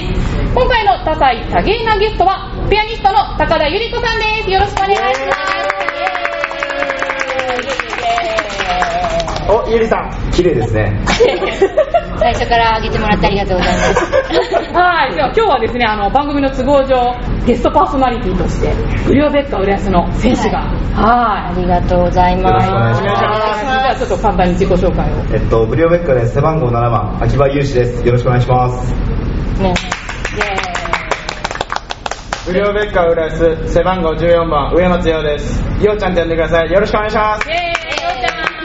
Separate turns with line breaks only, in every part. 今回の多彩多芸なゲストは、ピアニストの高田ゆり子さんです。よろしくお願いし
お、ゆりさん、綺麗ですね。
最初からあげてもらってありがとうございます。
はい、では今日はですね、あの番組の都合上、ゲストパーソナリティとして、ウリオゼッカ浦安の選手が、
あ
は
りがとうございま
よろし
す。
くお
い、
願いしま
はいじゃあちょっと簡単に自己紹介を。
す。えっと、ブリオベッカです。背番号7番、秋葉優志です。よろしくお願いします。
ね、
無料ベッカー浦安背番号14番上松洋ですようちゃんって呼んでくださいよろしくお願いします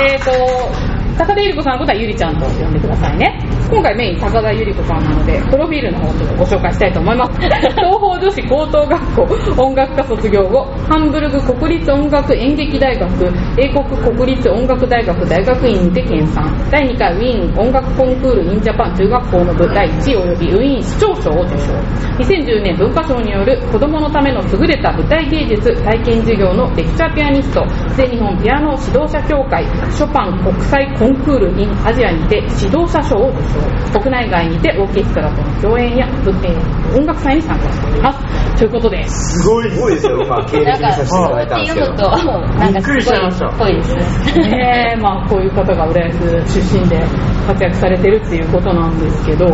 えっ、ー、と、高田ゆり子さんのことはゆりちゃんと呼んでくださいね。今回メイン高田ゆり子さんなので、プロフィールの方をちょっとご紹介したいと思います。 東方女子高等学校音楽科卒業後、ハンブルグ国立音楽演劇大学、英国国立音楽大学大学院で研鑽、第2回ウィーン音楽コンクール in ジャパン中学校の部第1位及びウィーン市長賞を受賞。2010年文化賞による子供のための優れた舞台芸術体験授業のレクチャーピアニスト全日本ピアノ指導者協会ショパン国際コンクール in アジアにて指導者賞を受賞国内外にてオーケストラとの共演や、えー音楽祭に参加しておりますということです
すごい。すごいですよ。今、経歴
なん
見さ
か、
せていただい
っ
ん
た
で
てい
す
う
けど
の。と、なんかすごいっぽいですね。
ねえまあこういう方が浦安出身で活躍されてるっていうことなんですけど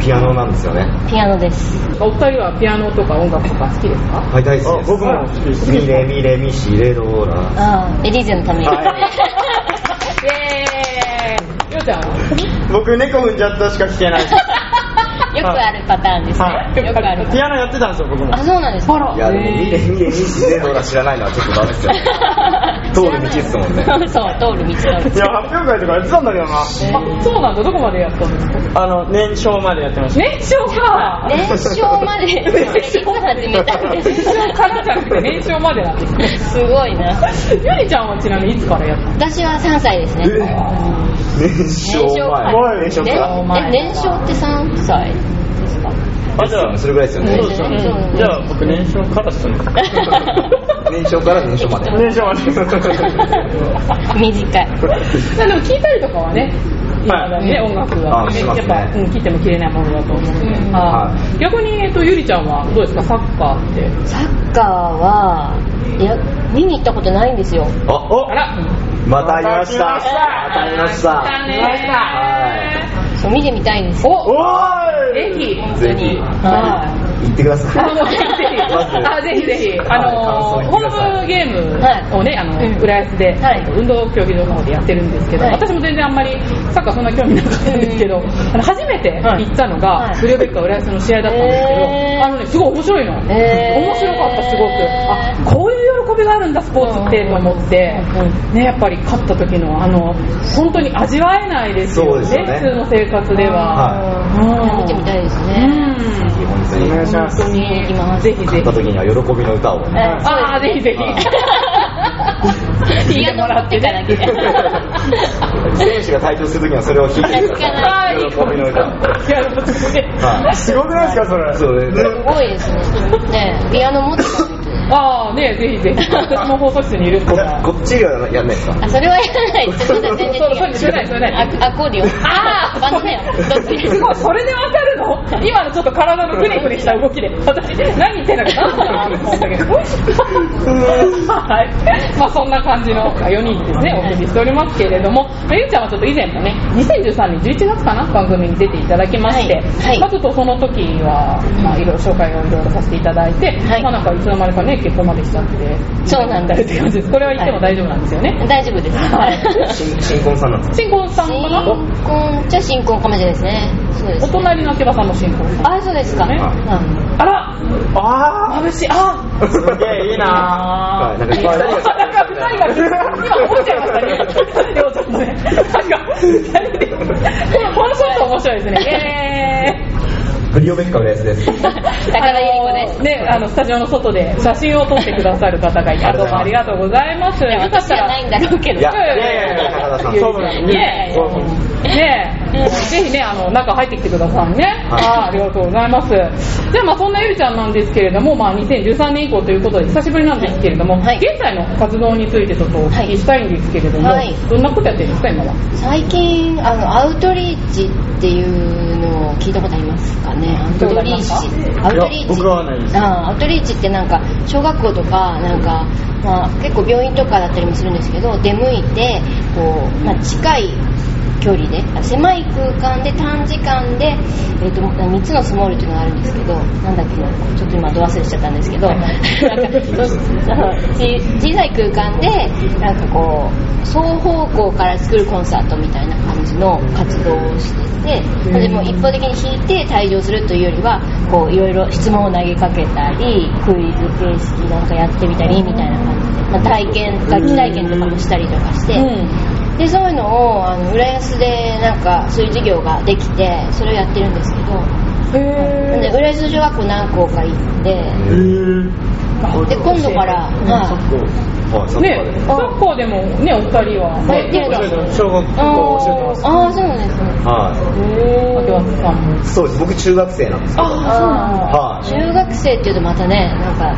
ピアノなんですよね。
ピアノです。
お二人はピアノとか音楽とか好きですか
はい、大好きで
あ
す。
僕も好きです
ミレ、ミレ、ミシ、レ、ローラ。
ああ、エリーゼのために。
イエーイようちゃんは
僕猫踏んじゃったしか聞 けないです
よくあるパターンです
はい
ね。よくあるパタ
ピ
ーン。
アノやってたんですよ僕も
あ、そうなんですか。
いや、でも、ミレ、ミレ、ミシ、レ、ローラ知らないのはちょっとダメですよね。通る道ですもんね。
そう、通る道通る
いや発表会とかやってたんだけどな
あそうなんだどこまでやったんですか
あの年少までやってました
年少か
練習まで、いつ始めたん
年
です
少からじゃなくて年少までなんですね
すごいな。
ゆりちゃんはちなみにいつからやったの
私は3歳ですね。
え年少前。
年
年
少
少
か
から。
ら。え、年少って3歳ですか
あじゃあ
それぐらいですよ
そう
ね。
ですよね。
じゃあ僕年少からっすね
年少から年少まで。
年少まで
短い。
まあでも聴いたりとかはねいまだにね、
はい
音楽は、
あし
や
ます
っ
ね
ぱ、うん、切っても切れないものだと思うんで、
うん
はい逆に、えっと、ゆりちゃんはどうですかサッカーって
サッカーは、いや、見に行ったことないんですよ。
あ、お
あら
また会いました。
ま
また会いました。は
そう見てみたいんですよ。
お
お
ぜ
ーい
ひ
い。ぜひ、
はい
行ってくだ さい。
あもうぜひあぜひぜひ、あの
はい
ホームゲームをね、あの
うん
浦安で、
はい
運動競技場の方でやってるんですけど、
はい
私も全然あんまりサッカーそんな興味なかったんですけど、あの初めて行ったの
は
が、
い
ブリオベッカ浦安の試合だったんですけど、
へー
あのね、すごい面白いの、
へー
面白かった、すごく、あこういう喜びがあるんだ、スポーツってと思って、ね、やっぱり勝った時のあの本当に味わえないですよ
そうですよね
普通の生活では。
は
うん
見てみたいです
う
ね。
ん
い。本当
お
に。
願いします
見に行きます。
ぜひぜ
買っ
ひ
た。時には喜びの歌を。
はい
ああ、ぜひぜひ。
ピアノ持ってかなきゃ。
選手が退場する時にはそれを弾いてくだ
弾かな
さい。喜びの歌。
ピアノ持ってきて
はい。
すごくないですかそれ
そうです
す
ね。
ごいですね。ねピアノ持ってたみたい
ああ、ねぜひぜひ。私も放送室にいる
こ
から
こっちはやんないですか
あ、それはやらないです。それは全然
そう、それ、それ
違
な
う。
い、それない。
アアコーディオン。
あー
バンドだよ。どっちです
ごい、それでわかるの今のちょっと体のグネグネした動きで、私、何言ってんだか、何だなと思ったけど。はい。まあ、そんな感じの4人ですね、お送りしておりますけれども、まあゆうちゃんはちょっと以前もね、2013年11月かな、番組に出ていただきまして、
はいはい
まあ、ちょっとその時は、まあ、いろいろ紹介をいろいろさせていただいて、
はい
まあ、なんかいつの間にかね、結婚までしちゃって、
そうなんだ
るって感じです。これは言っても大丈夫なんですよね。
大丈夫です。
新新婚さんなんです
新婚さんか
新
な
婚っちゃ新婚かもしれないですね。そうで
お
す。
隣の秋葉さんも新婚さん。
あ、そうですか。
ね
うん
あら
あ
眩しい。あ
あすげえいいな
はい。なんか
なんか
今
二人が今思っちゃいましたね。りょうちゃんね。なんか、二人で。このショット面白いですね。えー。
ブリオベッカ浦安です。
高田ゆり子です。
ね、あのスタジオの外で写真を撮ってくださる方がいて、あどうもありがとうございます。
いや、
よかっ
私じ
た
ゃ
ら
ないんだろうけど。
いや、いやいやいや、高田さん。
そうなんです
ね
ね。そうなんです
ねえ、ぜひね、あの、中入ってきてくださいね。
はい
はい、ありがとうございます。じゃあ、まあ、そんなゆりちゃんなんですけれども、まあ、2013年以降ということで、久しぶりなんですけれども、
はい
現在の活動についてちょっとお聞きしたいんですけれども、
はい
どんなことやってるんですか、今は。
最近、あの、アウトリーチっていうのを聞いたことありますかね。アウトリーチ。アウトリーチ。
僕はないです
ああアウトリーチってなんか小学校とかなんか、まあ、結構病院とかだったりもするんですけど出向いてこう、まあ、近い距離であ狭い空間で短時間で、えー、と3つのスモールっていうのがあるんですけどなんだっけなちょっと今ど忘れしちゃったんですけどなんかそうそうち小さい空間でなんかこう双方向から作るコンサートみたいな感じの活動をしててでも一方的に弾いて退場するというよりはこういろいろ質問を投げかけたりクイズ形式なんかやってみたりみたいな感じで、まあ、体験楽器体験とかもしたりとかして。でそういうのをあの浦安でなんかそういう授業ができてそれをやってるんですけどなんで
へ
浦安女学校何校か行ってで今度から、はい
はい、そこ
ね
まで
え、。サッカーでもね、お二人は、
やってるんですよ
小学校教えてます。
ああそうなんですね
は
竹脇さんも。
い。そうです。僕、中学生なんですけど。
あそうなんだ
はい。
中学生っていうとまたねなんか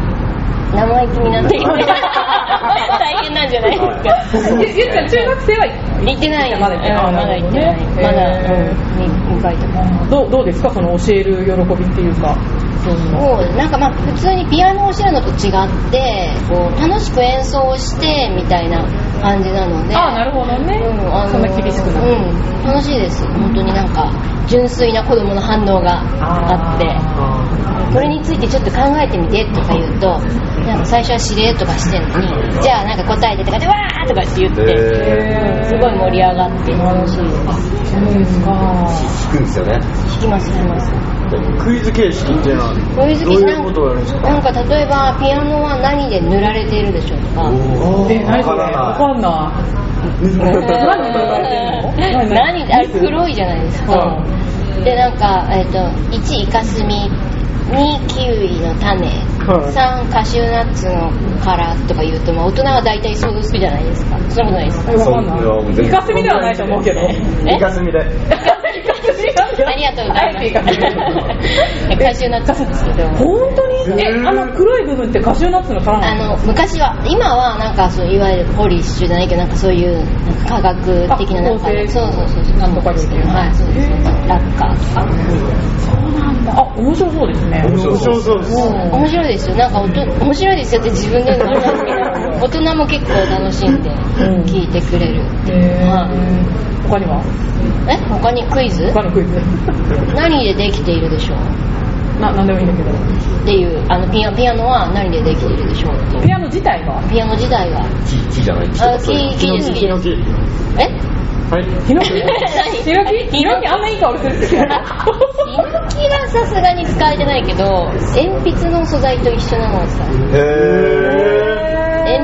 生意気になってきて大変なんじゃないですか
そう
ゆ
で
ゆりちゃん、
すね
中学生は
行ってないよ
まだ行ってない
うんまだ行ってない
へー
まだ、うん、2回とか
どうどうですか、その教える喜びっていうか、そういうの。
もうなんかまあ普通にピアノを教えるのと違ってこう楽しく演奏をしてみたいな感じなので
ああ、なるほどね。
うんあの
そんな厳しくない。
うん、楽しいです本当になんか純粋な子供の反応があってこれについてちょっと考えてみてとか言うとなんか最初は指令とかしてんのにじゃあなんか答えてとかでわーとかって言って、
え
うんすごい盛り上がって楽しいです
そうですか。
ー、聞くんですよね。
弾きます弾きます
クイズ形式っていうのは、
こういう
どう
時
いう
な
ことをやるん
ん
です
か
か
なんか例えばピアノは何で塗られているでしょうとか
お
え、何それ
わ
わ
か
かんない。何
ら
塗ら
な
れて
い。
んの
何あれ黒いじゃないですかでなんか、えっと1イカスミ2キウイの種3カシューナッツの殻とか言うと、まあ、大人は大体想像するじゃないですかそんなことないですか
わかん
そういや
ない。
全然
イカスミではないと思う けど。イ
イカスミで。
カスミなんだ
ありがとうございま
あえてイカス
すカシューナッツなんですけど
ミ。 本当にえ、あの黒い部分ってカシューナッツの殻
あ
なの
の昔は今はなんかそういわゆるポリッシュじゃないけどなんかそういうなんか科学的ななん
あ構
か
成
そうそうそうそう
なんとかですけど
はいそうですラッカー
あ、面白そうですね。
面白そう。
そうです。
面白いですよなんかおと面白いですよって自分で言うのもなんですけど大人も結構楽しんで聞いてくれる、
へー
はい
他には
え他にクイズ
他のクイズ。
何でできているでしょう
な、なんでもいいんだけど。
っていうあのピアピアノは何でできているでしょうっていう
ピアノ自体が。
ピアノ時代は
木木じゃない。木と
あ
か
木
そういう
木です木ですえ
はい。
ヒノキ
何
ヒノキヒノキあんないい香りするけど。
ヒノキはさすがに使えてないけど鉛筆の素材と一緒なのですか
へ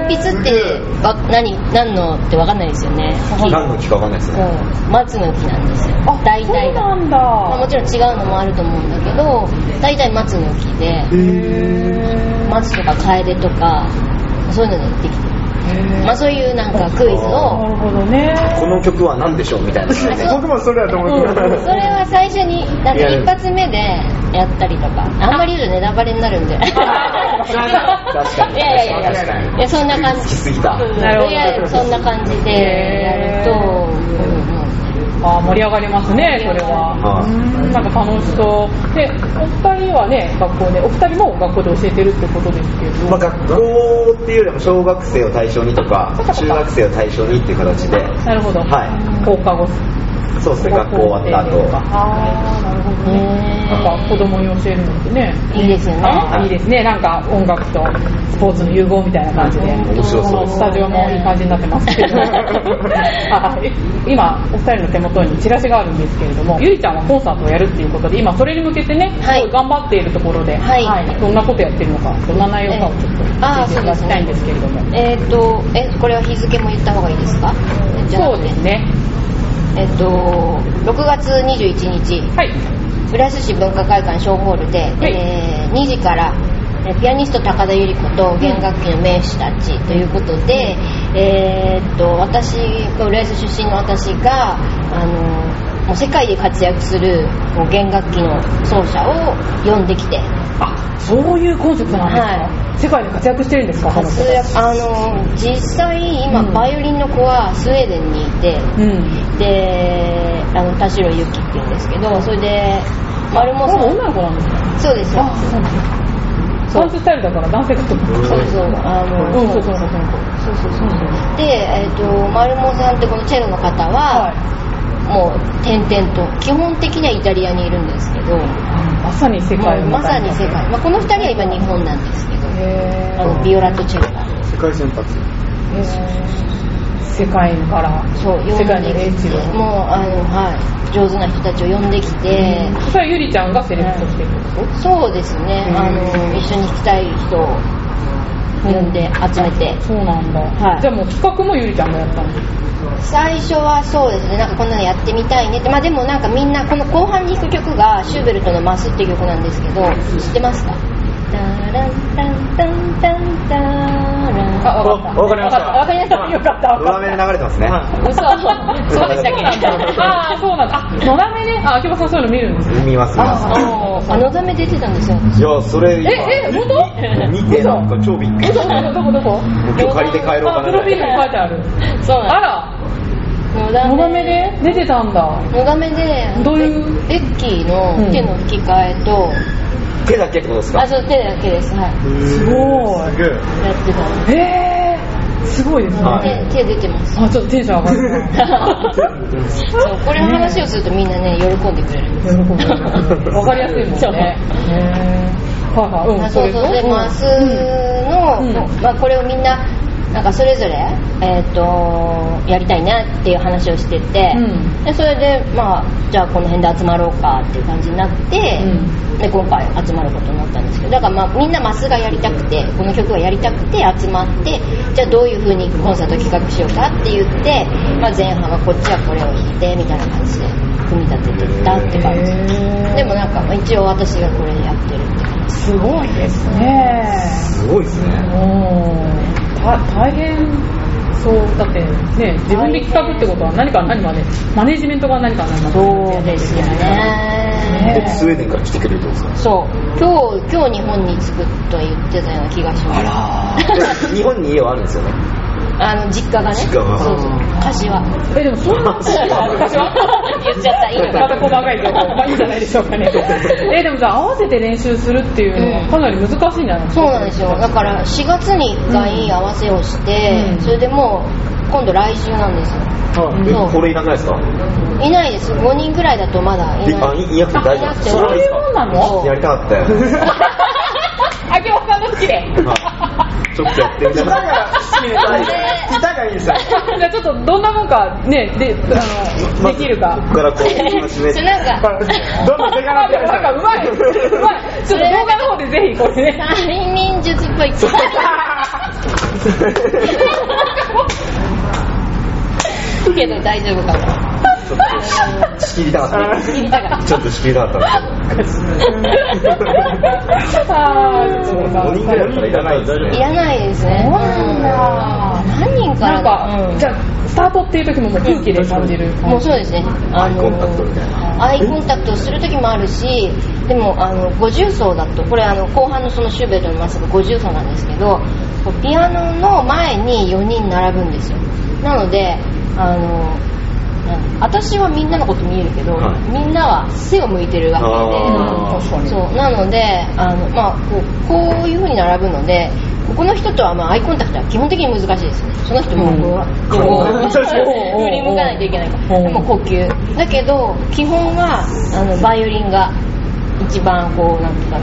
鉛筆ってわ何何のって分かんないですよね
ー。何の木かわかんないです
そ
ね。
う松の木なんですよ
あ
大体
そう
が、
なん
まあ、も
だ。
ちろん違うのもあると思うんだけど大体松の木で松とかカエデとかそういうのでできてる、まあ、そういうなんかクイズ
な
を
るほどね。
この曲は何でしょうみたいな。
僕もそれだと思ってま
それは最初になんか一発目でやったりとかあんまり言うとネタバレになるんでい
確かに。
やいやいや
確かに
い。やそんな感
好
じ
きすぎた。
なるほど
いやいやそんな感じでやると、
へー
うんうん
あー盛り上がりますね、それは。
はい。
なんか楽しそう。で、お二人はね、学校で、お二人も学校で教えてるってことですけど。
まあ、学校っていうよりも小学生を対象にとか中学生を対象にっていう形で
なるほど。。
はい
放課後。
そうですね学校終わった後
ああ、なるほどね。なんか子供に教えるのってね。
いいですよね。
いいですね。なんか音楽とスポーツの融合みたいな感じで。
面白そうです
スタジオもいい感じになって ますけ ど。はい今、お二人の手元にチラシがあるんですけれども、ゆりちゃんはコンサートをやるっていうことで、今それに向けてね、
はい
すごい頑張っているところで、
はい
どんなことやってるのか、どんな内容かをちょっと教
あー
えていただきたいんですけれども。
えっ、と、え、これは日付も言った方がいいですかじゃあ
そうですね。
えっ、と、6月21日、
はい。
浦安市文化会館小ホールで、
い
えー2時からえーピアニスト高田百合子と弦楽器の名手たちということで、えーっと私まあ浦安出身の私があのもう世界で活躍するこう弦楽器の奏者を呼んできて
あそういうコンセプトなんですか、世界で活躍してるんですか彼
活
女
躍あの実際今
うん
バイオリンの子はスウェーデンにいて、
うん
であの田代ゆきっていうんですけどそれで丸
こ
も
れ
さ
も
ん
女の子なんですか
そうですよ
そうなんですダンススタイルだから男性がと思
そうそうあの
うんそうそうそうそう
そうそうそうでえっ、と丸もさんってこのチェロの方は、もう点々と基本的にはイタリアにいるんですけど
まさに世界を
もうまさに世界、まあ、この2人は今日本なんですけど
へ
あのビオラとチェロが
世界先発。
ーへー世界から
そう呼んで
世
きて
界の英知を
もうあのはい上手な人たちを呼んできて、
それはゆりちゃんがセレクトしてるんですか
そうですね、
うん
あの一緒に弾きたい人を呼んで集めて、
そうなんだ、
はい
じゃあもう企画もゆりちゃんがやったんですか
最初はそうですねなんかこんなのやってみたいねってまあでもなんかみんなこの後半に弾く曲がシューベルトの「マス」っていう曲なんですけど知ってますかタランタンタンタンタラン
あ、わかった
おわかりました
わかりましたよかったわかっ
裏目で
た
流れてますね。
は
嘘そうでしたっ
そうなんだ
け
ああそうなんだあのだめねあ秋葉さんそういうの見るんですね
見ます、見ま
あ
あのため出てたんですよ
す。いや、それ
え
今、
え本当
見てなんか超びっくり
嘘嘘どこどこ
今日借りて帰ろうか
あプロフィールに書い
な。
てある
そう
あら
のだ
のだめ
め
で出てたんだ
のだめで
どういう
ベッキーの手の吹き替えと、
手だけってことですか
あそう手だけですはい
すごい
すげえ。
やってたんで
へえすごいですね、
はい
手手出てます
あちょっとテンション上が るな
そうこれの話をするとみんなね喜んでくれるんです
喜ぶわかりやすいもんね
そう
へーはいはいうん
あそうそうでマスの、
うん
まあ、これをみんななんかそれぞれ、えー、とやりたいなっていう話をしてて、
うん
でそれで、まあ、じゃあこの辺で集まろうかっていう感じになって、
う
で今回集まることになったんですけどだから、まあ、みんなマスがやりたくてこの曲がやりたくて集まってじゃあどういう風にコンサート企画しようかって言って、まあ、前半はこっちはこれを弾いてみたいな感じで組み立てていったって感じ
へー
でもなんかまあ一応私がこれやってるって感じ
すごいですね
すごいです
う
ね。
んた大変そうだってね自分で企画ってことは何か何までマネジメントが何か何まで
そうですよね
でスウェーデンから来てくれるってことですか
そう今日今日日本に着くとは言ってたような気がします
ら日本に家はあるんですよね。
あの実家がね
実家が
そうそう柏
えでもそんな昔は
言っちゃ ったいいの
また細かい情報まあいいんじゃないでしょうかねえでもじゃあ合わせて練習するっていうのはかなり難しいんじゃないです
そ
か
うなんですよだから4月に1回合わせをして、
うん
それでもう今度来週なんですよ
はい
そう
えこれいなくないですか
いないです5人ぐらいだとまだい
で
な
あ、
い
いいなくて大丈夫です
そう
か
いうもんなの
そう
やりたかったよ。
秋葉さんの好きで
はいちょっとやってみたら。
い。板がいいですよ。
じゃあちょっとどんなもんかねであのできるか
まずここからこう、始め
それ
て。
なん
ど
か
んどん手
あ
柄
でもなんかうまいうまいちょっと動画の方でぜひこれね
催眠術っ ぽいけど大丈夫かな
ちょっと仕切りたかっ
言いたかった
た。ちょっと仕切りたかったんです
あー
けど。5人ぐらいだったらいらないですね。
いらないですね。
そうなんだ
何人か
なん
な
か、じゃあ、スタートっていう時ももう空気で感じる。
もうそうですね。
アイコンタクトみたいな。
アイコンタクトする時もあるし、でも、あの、五重奏だと、これあの、後半のそのシューベルトのマスが五重奏なんですけど、こうピアノの前に4人並ぶんですよ。なので、あの、なん私はみんなのこと見えるけど、
はい
みんなは背を向いてるわけで、
あー
確かに。
そうなのであの、まあ、こうこういうふうに並ぶのでここの人とはまあアイコンタクトは基本的に難しいですねその人もこう、こ
うん
う振り向かないといけないから、
うん
でも呼吸だけど基本はあのバイオリンが一番こうなんていうか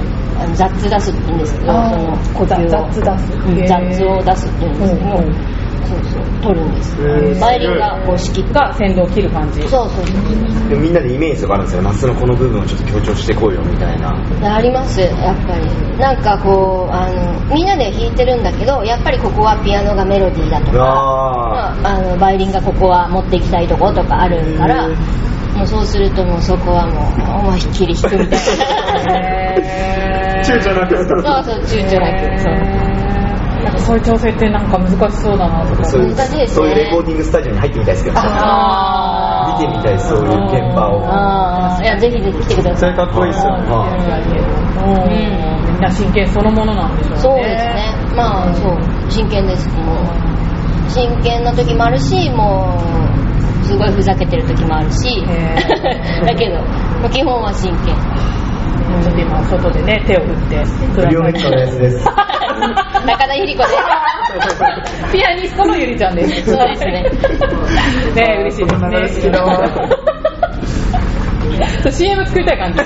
あの雑出すって言うんですけどそ
あー
の呼吸を
雑雑出す
うん
へー
雑を出すって言うんですけど、
うんうん
そうそう取るんです
へー
バイオリンがこう仕切って
が先導を切る感じ。
そうそうそう
でもみんなでイメージとかあるんですよ。夏のこの部分をちょっと強調してこうよみたいな。
ありますやっぱりなんかこうあのみんなで弾いてるんだけどやっぱりここはピアノがメロディーだとか
あ
まあ、あのバイオリンがここは持っていきたいとことかあるから、もうそうするともうそこはもう思いっきり引くみたいな
へー
躊躇なくスタート
そうそう躊躇なくそう
なんかそういう調整ってなんか難しそうだなとか
そういう
難しいですね
そういうレコーディングスタジオに入ってみたいですけどね
あ
見てみたいそういう現場を
ああいやぜひぜひ来てくだ
そ
さ
れ
い
かっこいいっすよね
あー
うんみんな真剣そのものなんでしょうね
そうですねまあそう真剣ですもう真剣な時もあるしもうすごいふざけてる時もあるし
へー
だけど、まあ基本は真剣
ちょっと今外でね手を振ってくだ
不良
さ
ネットのやつです
中田ゆり子です
いピアニストのゆりちゃんです
そうですね
ね嬉しい
こんなの
で
好
す
き
ね
だわ
そう CM 作りたい感じ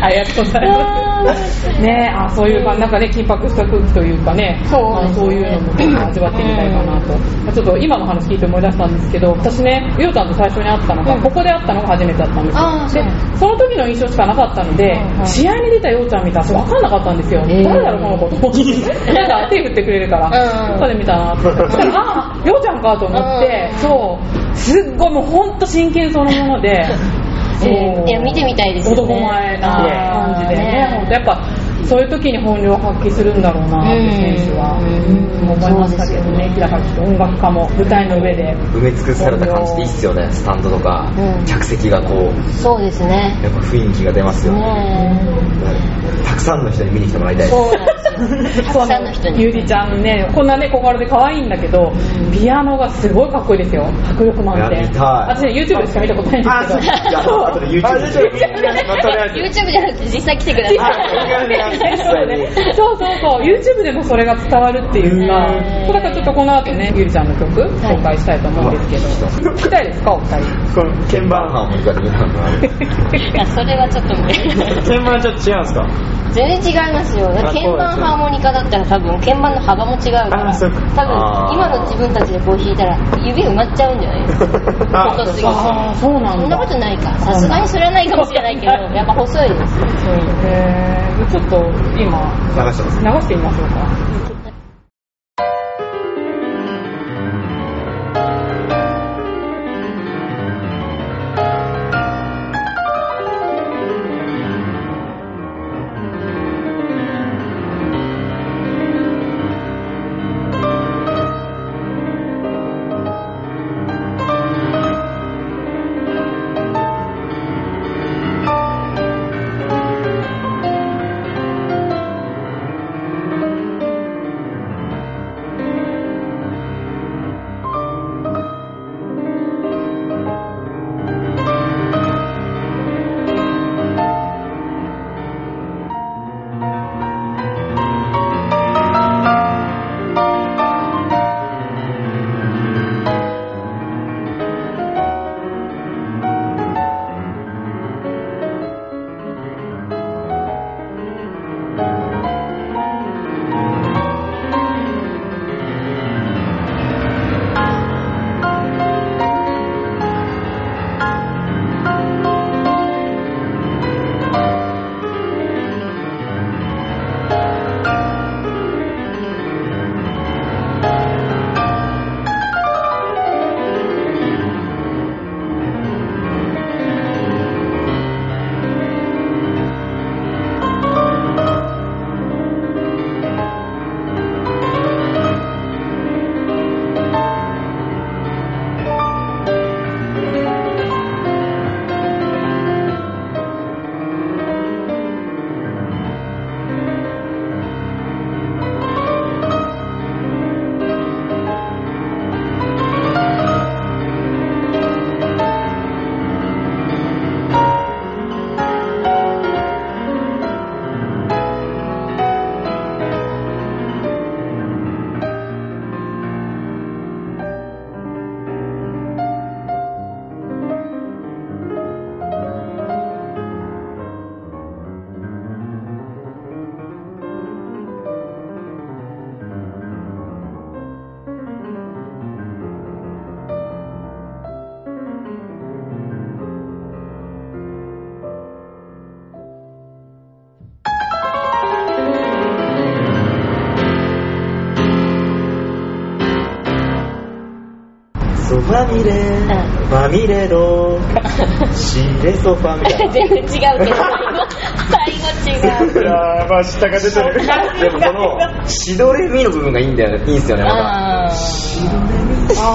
ありがとうございます ねあそういうかなんかね緊迫した空気というかね
そう
あのそういうのも味わってみたいかなと、ちょっと今の話聞いて思い出したんですけど私ねゆうちゃんと最初に会ったのが、ここで会ったのが初めてだったんですよ
ああそう
でその時の印象しかなかったので、試合に出たようちゃん見たら分かんなかったんですよ、
えー
誰だろうこの子と思って なんか手振ってくれるから、
うん
どっかで見た なってそしたらああようちゃんかと思って、
うん
そうすっごいもう本当真剣そのもの でそう
えーいや見てみたいですよね
男前な感じでね
あーね
本当やっぱそういう時に本領を発揮するんだろうなって選手は、
うん
思いましたけど
そう
ね
ですよね
平垣と音楽家も舞台の上で
埋め尽くされた感じでいいっすよねスタンドとか、
うん
客席がこう
そうですね
やっぱ雰囲気が出ますよね
ね
たくさんの人に見に来てもらいたい
え
です
そうなんですよたくさんの人に
ゆりちゃんねこんなね小柄で可愛いんだけどピアノがすごいかっこいいですよ迫力満
い
点
や見たい
私ね YouTube でしか見たことないんですけど
じゃあ後で YouTube で
YouTube じゃなくて実際来てください
そうねそうそうそう YouTube でもそれが伝わるっていうか
うん
そうだからちょっとこの後ねゆりちゃんの曲
い
紹介したいと思うんですけど聞きたいですかお二人
この鍵
バンハ
盤
ーモニカで見たのがある
いやそれはちょっと無理
鍵盤ちょっと違うんすか
全然違いますよ鍵盤ハーモニカだったら多分鍵盤の幅も違うから
あ
多
そう
分
か
あー
今の自分たちでこう弾いたら指埋まっちゃうんじゃないですか
あ
細すぎて
ああそうな
そ
ん
んなこと
だ
ないかさすがにそれはないかもしれないけどやっぱ細いです
へーちょっと今
流してます
流してみましょうか
そばにれ
うん
まみれろしれそファみたいな
全部違うけ ど、最後違う。
やー、まあ、下が出てる。
でもこのしどれみの部分がいいんだよねいいんすよねま
あ
あ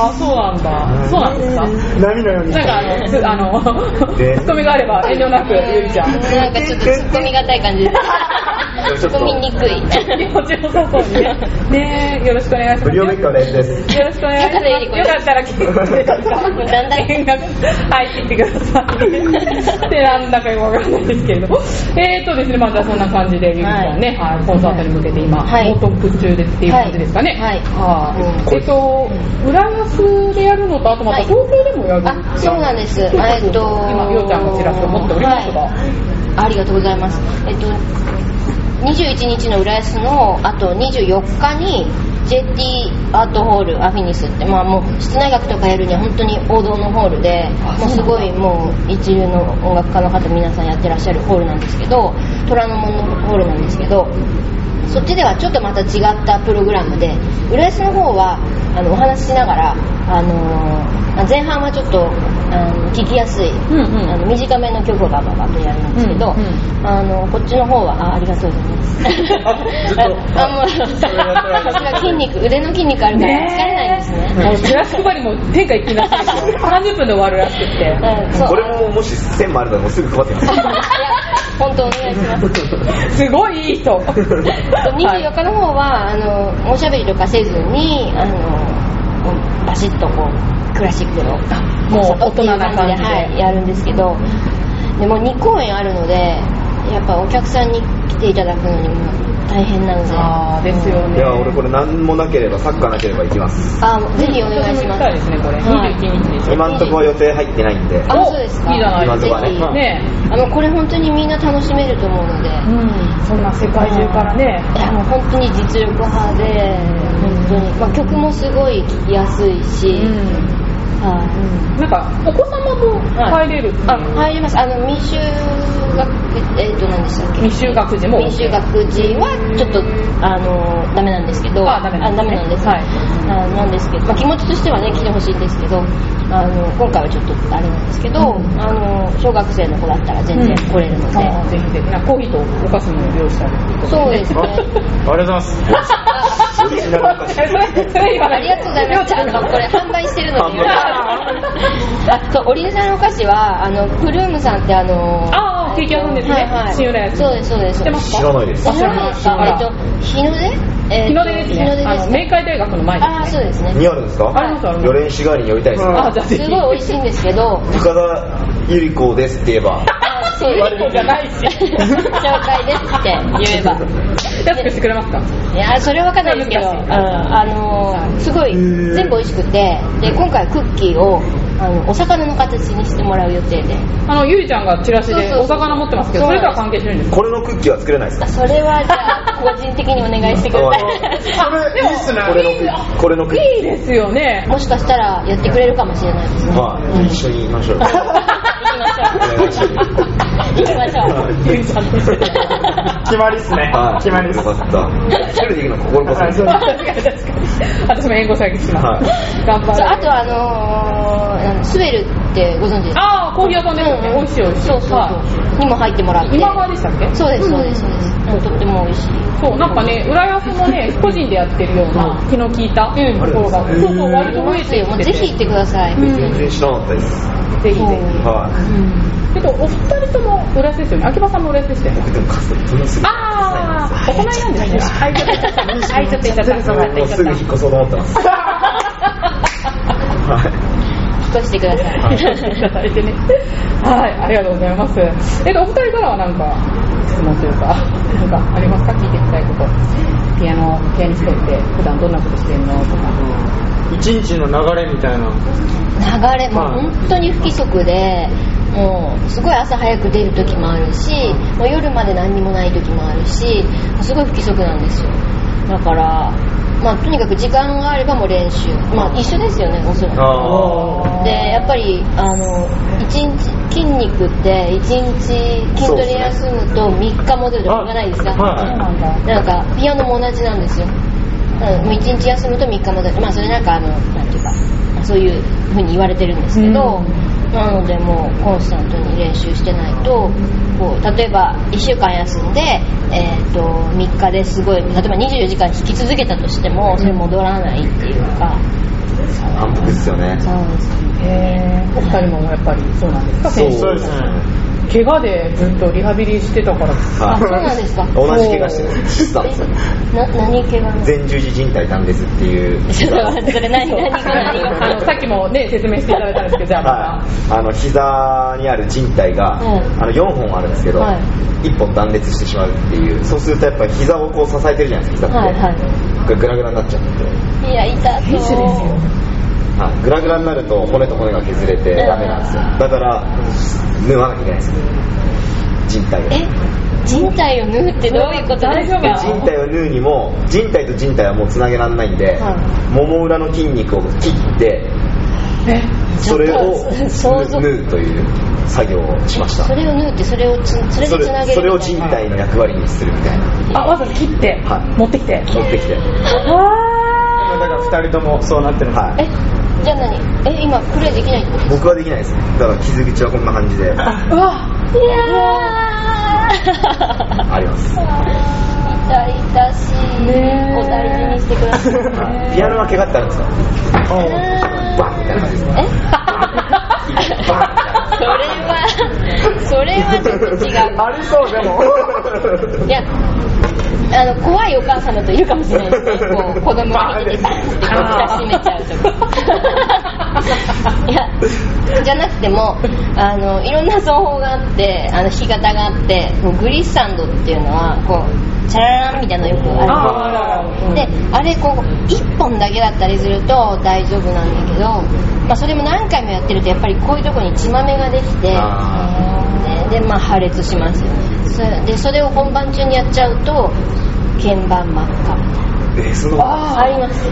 あそうなんだそうなんですか
波のように。
なんかあのつあの
で
ツッコミがあれば遠慮なくゆりちゃん
ーなんかちょっとツッコみがたい 感じで
ょっと
す。ツッコみにくい。
気持ちよさそうにねねえよろしくお願いしま
た
す
無料別館のやつです
よろしくお願いしま
高田ゆり
す。
子
よ
です
かったら聞いてください。
だんだん
見学入ってきてください。で、なんだかよくわかんないですけれども。えーとですね、まずはそんな感じで、ゆりちゃんね、はい、コンサートに向けて今、
はい
猛特訓中ですっていう感じですかね。
はい
はい。
うん
えっと、浦安でやるのと、あとまた
はい
東京でもやる。
あ、そうなんです。えっと、
今、ようちゃんがちらっと持っておりますが。
はいありがとうございます。えっと、21日の浦安のあと24日に JT アートホールアフィニスって、まあ、もう室内楽とかやるには本当に王道のホールでもうすごいもう一流の音楽家の方皆さんやってらっしゃるホールなんですけど虎ノ門のホールなんですけどそっちではちょっとまた違ったプログラムで浦安の方はあのお話ししながら、あのー前半はちょっとあの聞きやすい、
んうん
あの短めの曲がババッとやるんですけど、
うんう
あのこっちの方はあありがとうございます
ずっと
あもう
れやってます
私が筋肉腕の筋肉あるから疲れないですね
もうチラシ配りも天下一気になってるんですよ。30分で終わるらしくって。
うんそう
これももし1000もあればもうすぐ配ってます
いや本当お願いします
すごいいい人。
24日の方は、あのおしゃべりとかせずにあのもうバシッとこうクラシックの
もう大人な感じで。
はい、やるんですけどでも2公演あるのでやっぱお客さんに来ていただくのにも大変なのであ
ああ、ですよね。
いや俺これ何もなければサッカーなければ行きます
あぜひお願いし
行
ま
き
す
たいですね、これ。
はい
21日でしょ。
今んとこは予定入ってないんで
あそうですか
いいじゃない
今んと
です
こはね
ぜひ
か。ねえ。
あのこれ本当にみんな楽しめると思うので、
うん、そんな世界中からね。
いやもう本当に実力派で本当に、まあ、曲もすごい聴きやすいし、
うん。
はい
なんか、お子様も入れるっていう。
あ入りますあの未就学えっ、と何でしたっけ
未就学児も OK。
未就学児はちょっとあのダメなんですけど
あダメなんですね
なんです、
はい
あなんですけど、まあ、気持ちとしてはね来てほしいんですけどあの今回はちょっとあれなんですけど、
うん
あの小学生の子だったら全然来れるので、
あーぜひぜひ。なんかコーヒーとお菓子も用意 したりっていうこと
そうです ね
ありがとうございます。
オリジナルの歌詞
それ、それ言わな
ありがとうございます。あの、これ販売してるので。あ、 そう、オリジナルのお菓子は、あの、プルームさんってあの、
ああ、ケーキ屋さんですね。
はいはい
新浦安。
そうです、そうです。
知ってますか
知らないです
あ知らないですか
あ
え
ら
っと、日の出えっと
日の出ですね。
日の出
あ
で
の、
す
明
ね。
海大学の前ですね。
ああ、そうですね。
にあるんですか
ありますあります
予練市代わりに寄りたいです
うん
あーじゃあぜ
す
ひ。
ごい美味しいんですけど、
高田ゆり子ですって言えば
あそういう
悪い子じゃない し。
紹介ですって言えば。
安くしてくれますか
いやーそれは分かんないですけど、
そう
う
で
ん
すか
あのーすごい
ー
全部美味しくてで今回クッキーをあのお魚の形にしてもらう予定で
あの、ゆりちゃんがチラシ
そうそう
で
そう
お魚持ってますけど、そ
そう
れ
なん
とは
です
関係してるんですか
これのクッキーは作れないですか
あそれはじゃあ個人的にお願いしてくだ さ
それ、いいっすね。
これのクッキーこれのクッキ
いいですよね
い。 もしかしたらやってくれるかもしれないですね
ーはい一緒に行きましょう お願いし ます
行きましょう行きましょう
ゆりちゃんとして。
決まりっすね
は。い
決まりっす
よ。かった一人で行くの心こそ
はいそうです
確かに確かに私も援護射撃します。
は
頑張
そうあ
る。
とあのーあのスウェルってご存知ですか
ああ、コーヒー屋さんですよね。美味しい美味しい。
そうそう
はい
そうにも入ってもらって
今川でしたっけ
そうですそうですそうですもうとっても美味しい
そう、なんかね、浦安もね、個人でやってるような気の利いたと
ん
ころが、そうそう、割と増えて
もう
きて
ぜ
て。
ひ行ってください、
うん
い全然知らなかったです
ぜひぜひ。
は
えっと、お二人とも浦安ですよね。秋葉さんも浦安でしたよね。
いでもカステルする
ああ、お隣なんですね。はい、ちょっと言っちゃった。はい、ちょっと言っちゃった。
もうす ぐ引っ越そうと思ってますは
引っ越してください、
はい
いただいてね。はい、ありがとうございます。えっと、お二人からはなんか、質問というか、なんかありますか聞いてみたいこと。ピアノ、ピアニストって普段どんなことしてるのとか。
一日の流れみたいな。
流れもう本当に不規則でもうすごい朝早く出る時もあるしもう夜まで何にもない時もあるしすごい不規則なんですよだからまあとにかく時間があればもう練習まあ一緒ですよねおそらく
あ
でやっぱりあの一日筋肉って一日筋トレ休むと3日戻るとか言わないですか、
は
そうなんだ。
なんかピアノも同じなんですよ。うんもう一日休むと3日もだまあそれなんかあのなんていうかそういうふうに言われてるんですけ
う
ど、なのでもうコンスタントに練習してないとこう例えば1週間休んで、えー、と3日ですごい例えば24時間引き続けたとしてもそれ戻らないっていうか、
反復ですよね。
そうですね
えー、お二人もやっぱりそうなんですか
そう
先
そうですね。
週怪我でずっとリハビリしてたから
あそうなんですか
同じ怪我してしてたんですよ。
な何系が
前十字靭帯断裂って いう。
ちょっと待ってそれ何何が何が
あのさっきもね説明していただいたんですけどじゃあま
はい、あの膝にある靭帯が、
うん
あの4本あるんですけど、
はい
1本断裂してしまうっていうそうするとやっぱり膝をこう支えてるじゃないですか膝って、
はいは
がグラグラになっちゃって、
いいや痛そう
選手ですよ
はい、グラグラになると骨と骨が削れて
うん
ダメなんですよだから縫わなきゃいけないんですよ靭帯を
え人体を縫うってどういうことです
大丈夫
か
で靭帯を縫うにも靭帯と靭帯はもうつなげられないんで、
は
もも裏の筋肉を切って
え
それを
ちょっと想像
縫うという作業をしました
それを縫うってそれをつそれで
それ
つなげる
それを
み
人
た
体
いな
の役割にするみたいな
あわざわざ切って、
はい
持ってきて
持ってきて
あ
だから2人ともそうなってるんです
はい
えじゃあ何え今プレイできないってこと
僕はできないですだから傷口はこんな感じであ
ーうわ
い
ります
やー痛々しい、
ねえ
お大事にしてください
はいピアノは怪我ってあるんですか バンみたいな感じです
えそれはそれはちょっと違う
ありそうでも
いやあの怖いお母さんだといるかもしれないです ねこう子供が見てバンってこう蓋閉めちゃうとか いやじゃなくてもあのいろんな奏法があってあの弾き方があってこうグリッサンドっていうのはこうチャララランみたいなのよくある
ああらら
であれこう1本だけだったりすると大丈夫なんだけど、まあ、それも何回もやってるとやっぱりこういうとこに血まめができて
あ
ででまあ、破裂しますよねそれでそれを本番中にやっちゃうと鍵盤真っ赤みたいな
えその
あります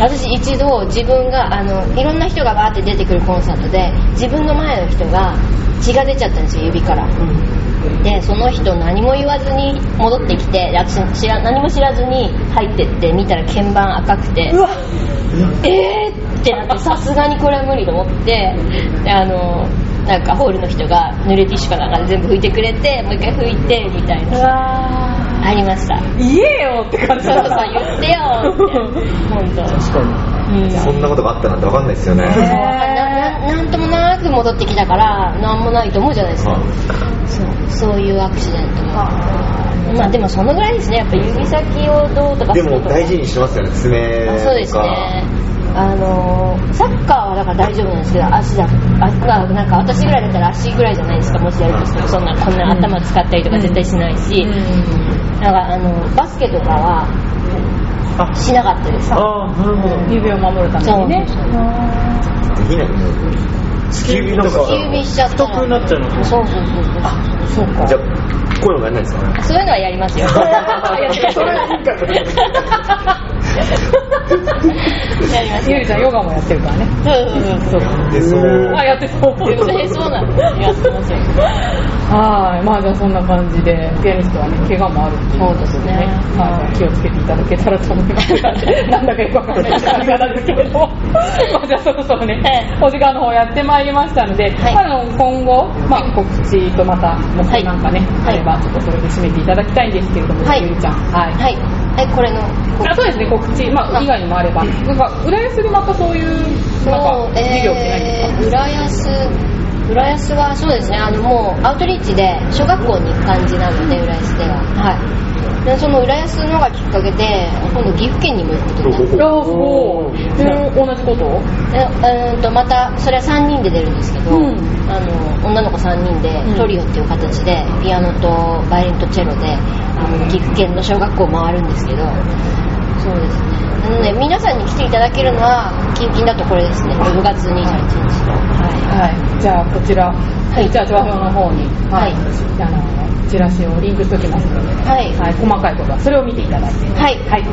私一度自分があのいろんな人がバーって出てくるコンサートで自分の前の人が血が出ちゃったんですよ指から、でその人何も言わずに戻ってきて私知ら何も知らずに入ってって見たら鍵盤赤くて
うわ
えーってなってさすがにこれは無理と思ってであのなんかホールの人が濡れティッシュかなんかで全部拭いてくれてもう一回拭いてみたいうな
わ
ありました
言えよって感じ
そう
だ
そうそう言ってよって本当
確かに
うん
そんなことがあったなんて分かんないですよね
なななんともなく戻ってきたからなんもないと思うじゃないですか
は
そうそういうアクシデントもまあでもそのぐらいですねやっぱ指先をどうとか
い
す
で
る
も
とか
大事にしてますよね爪と
あ
か
そうですねあのーサッカーはだから大丈夫なんですけど足だあまあなんか私ぐらいだったら足ぐらいじゃないですかもしやるとしてもそんなこんな頭使ったりとか絶対しないし、なんかあのバスケとかは
あ
しなかったです
ああなるほど
指を守るためにね
そう
できないの
突
き指とか
突き指しちゃったら
太くなっちゃうの
そうそうそうそう
そうか
じゃあこういうのがやらないんですか
そういうのはやりますよ。
それはいいか
やります
ゆ
よ
りちゃんヨガもやってるからね
そうそうそ
そう
う
か
でそう
あやってそう
そう。そうなんです。やってますよ。
はいまあじゃあそんな感じでピアニストはね怪我もあるっていうこと
そうですね
はい、気をつけていただけたらと思い ますがなんだかよくわかんない髪型ですけれどもまあじゃあそろそろね、
え
お時間の方やってまいりましたので、
はい
まあ、あの今後、まあ、告知とまた目標なんかね、
はい
あればちょっとそれで締めていただきたいんですけれども、
はい
ゆりちゃんはい、
はい。はい、これの。
あそうですね告知、まあ、
あ
以外にもあればなんか浦安でまたそういうなんか事業ってないんですか、
えー浦安、浦安はそうですね、あのもうアウトリーチで小学校に行く感じなので、浦安では。はい。で、その浦安のがきっかけで、今度岐阜県にも行くことになって。
いやーすごい。えー同じことを
でうーんとまたそれは3人で出るんですけど、
うん
あの女の子3人で
うん
トリオっていう形でピアノとバイオリンとチェロであの岐阜県の小学校を回るんですけどそうですねなので皆さんに来ていただけるのは近々だとこれですね6月28日のは
はい。じゃあ、こちら、
い
じゃあ、上表の方に、
はい
あの、チラシをリンクしておきますので、
いはい、
はい、細かいことは、それを見ていただいて。
はい
はい。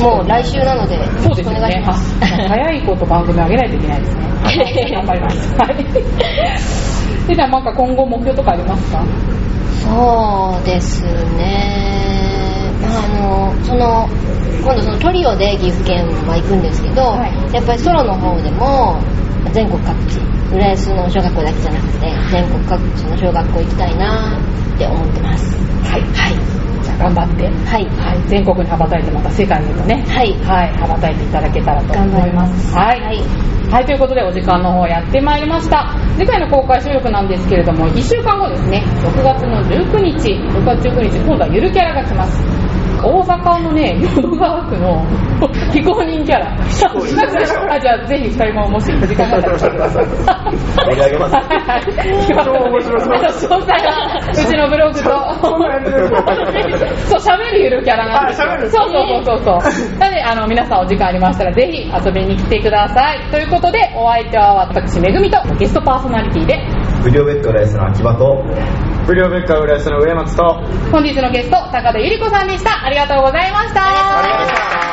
もう来週なのでよ
そ
ろ
う
し
です
くお
よ
願いし
ね。
ます
あ早いこと番組上げないといけないですね。 頑張ります。はい。で、 じゃあ、なんか今後目標とかありますか
そうですねあのその今度そのトリオで岐阜県は行くんですけど、
はい
やっぱりソロの方でも全国各地浦安の小学校だけじゃなくて全国各地の小学校行きたいなって思ってます
はい
はい
じゃあ頑張って、
はい
はい、全国に羽ばたいてまた世界にもね
はい
はい、羽ばたいていただけたらと
頑張
思
り
い
ま
ますす。はい、
はい
はいということでお時間の方やってまいりました。次回の公開収録なんですけれども、1週間後ですね、6月の19日、6月19日、今度はゆるキャラが来ます。大阪のね、淀川区の 非公認キャラ。あじゃあ、ぜひ2人ももし時間があったら来てください。
盛り上げます
超面白そう。詳細はうちのブログと。そう、喋るゆるキャラなんですよ。
あ喋る
そうそうそうそうそう。なので、あの、皆さんお時間ありましたら、ぜひ遊びに来てください。ということで、お相手は私、めぐみと、ゲストパーソナリティで、
不良ベッドレースの秋葉と
不良ベッカー浦安の上松と
本日のゲスト、高田ゆり子さんでした。ありがとうございました。
ありがとうございました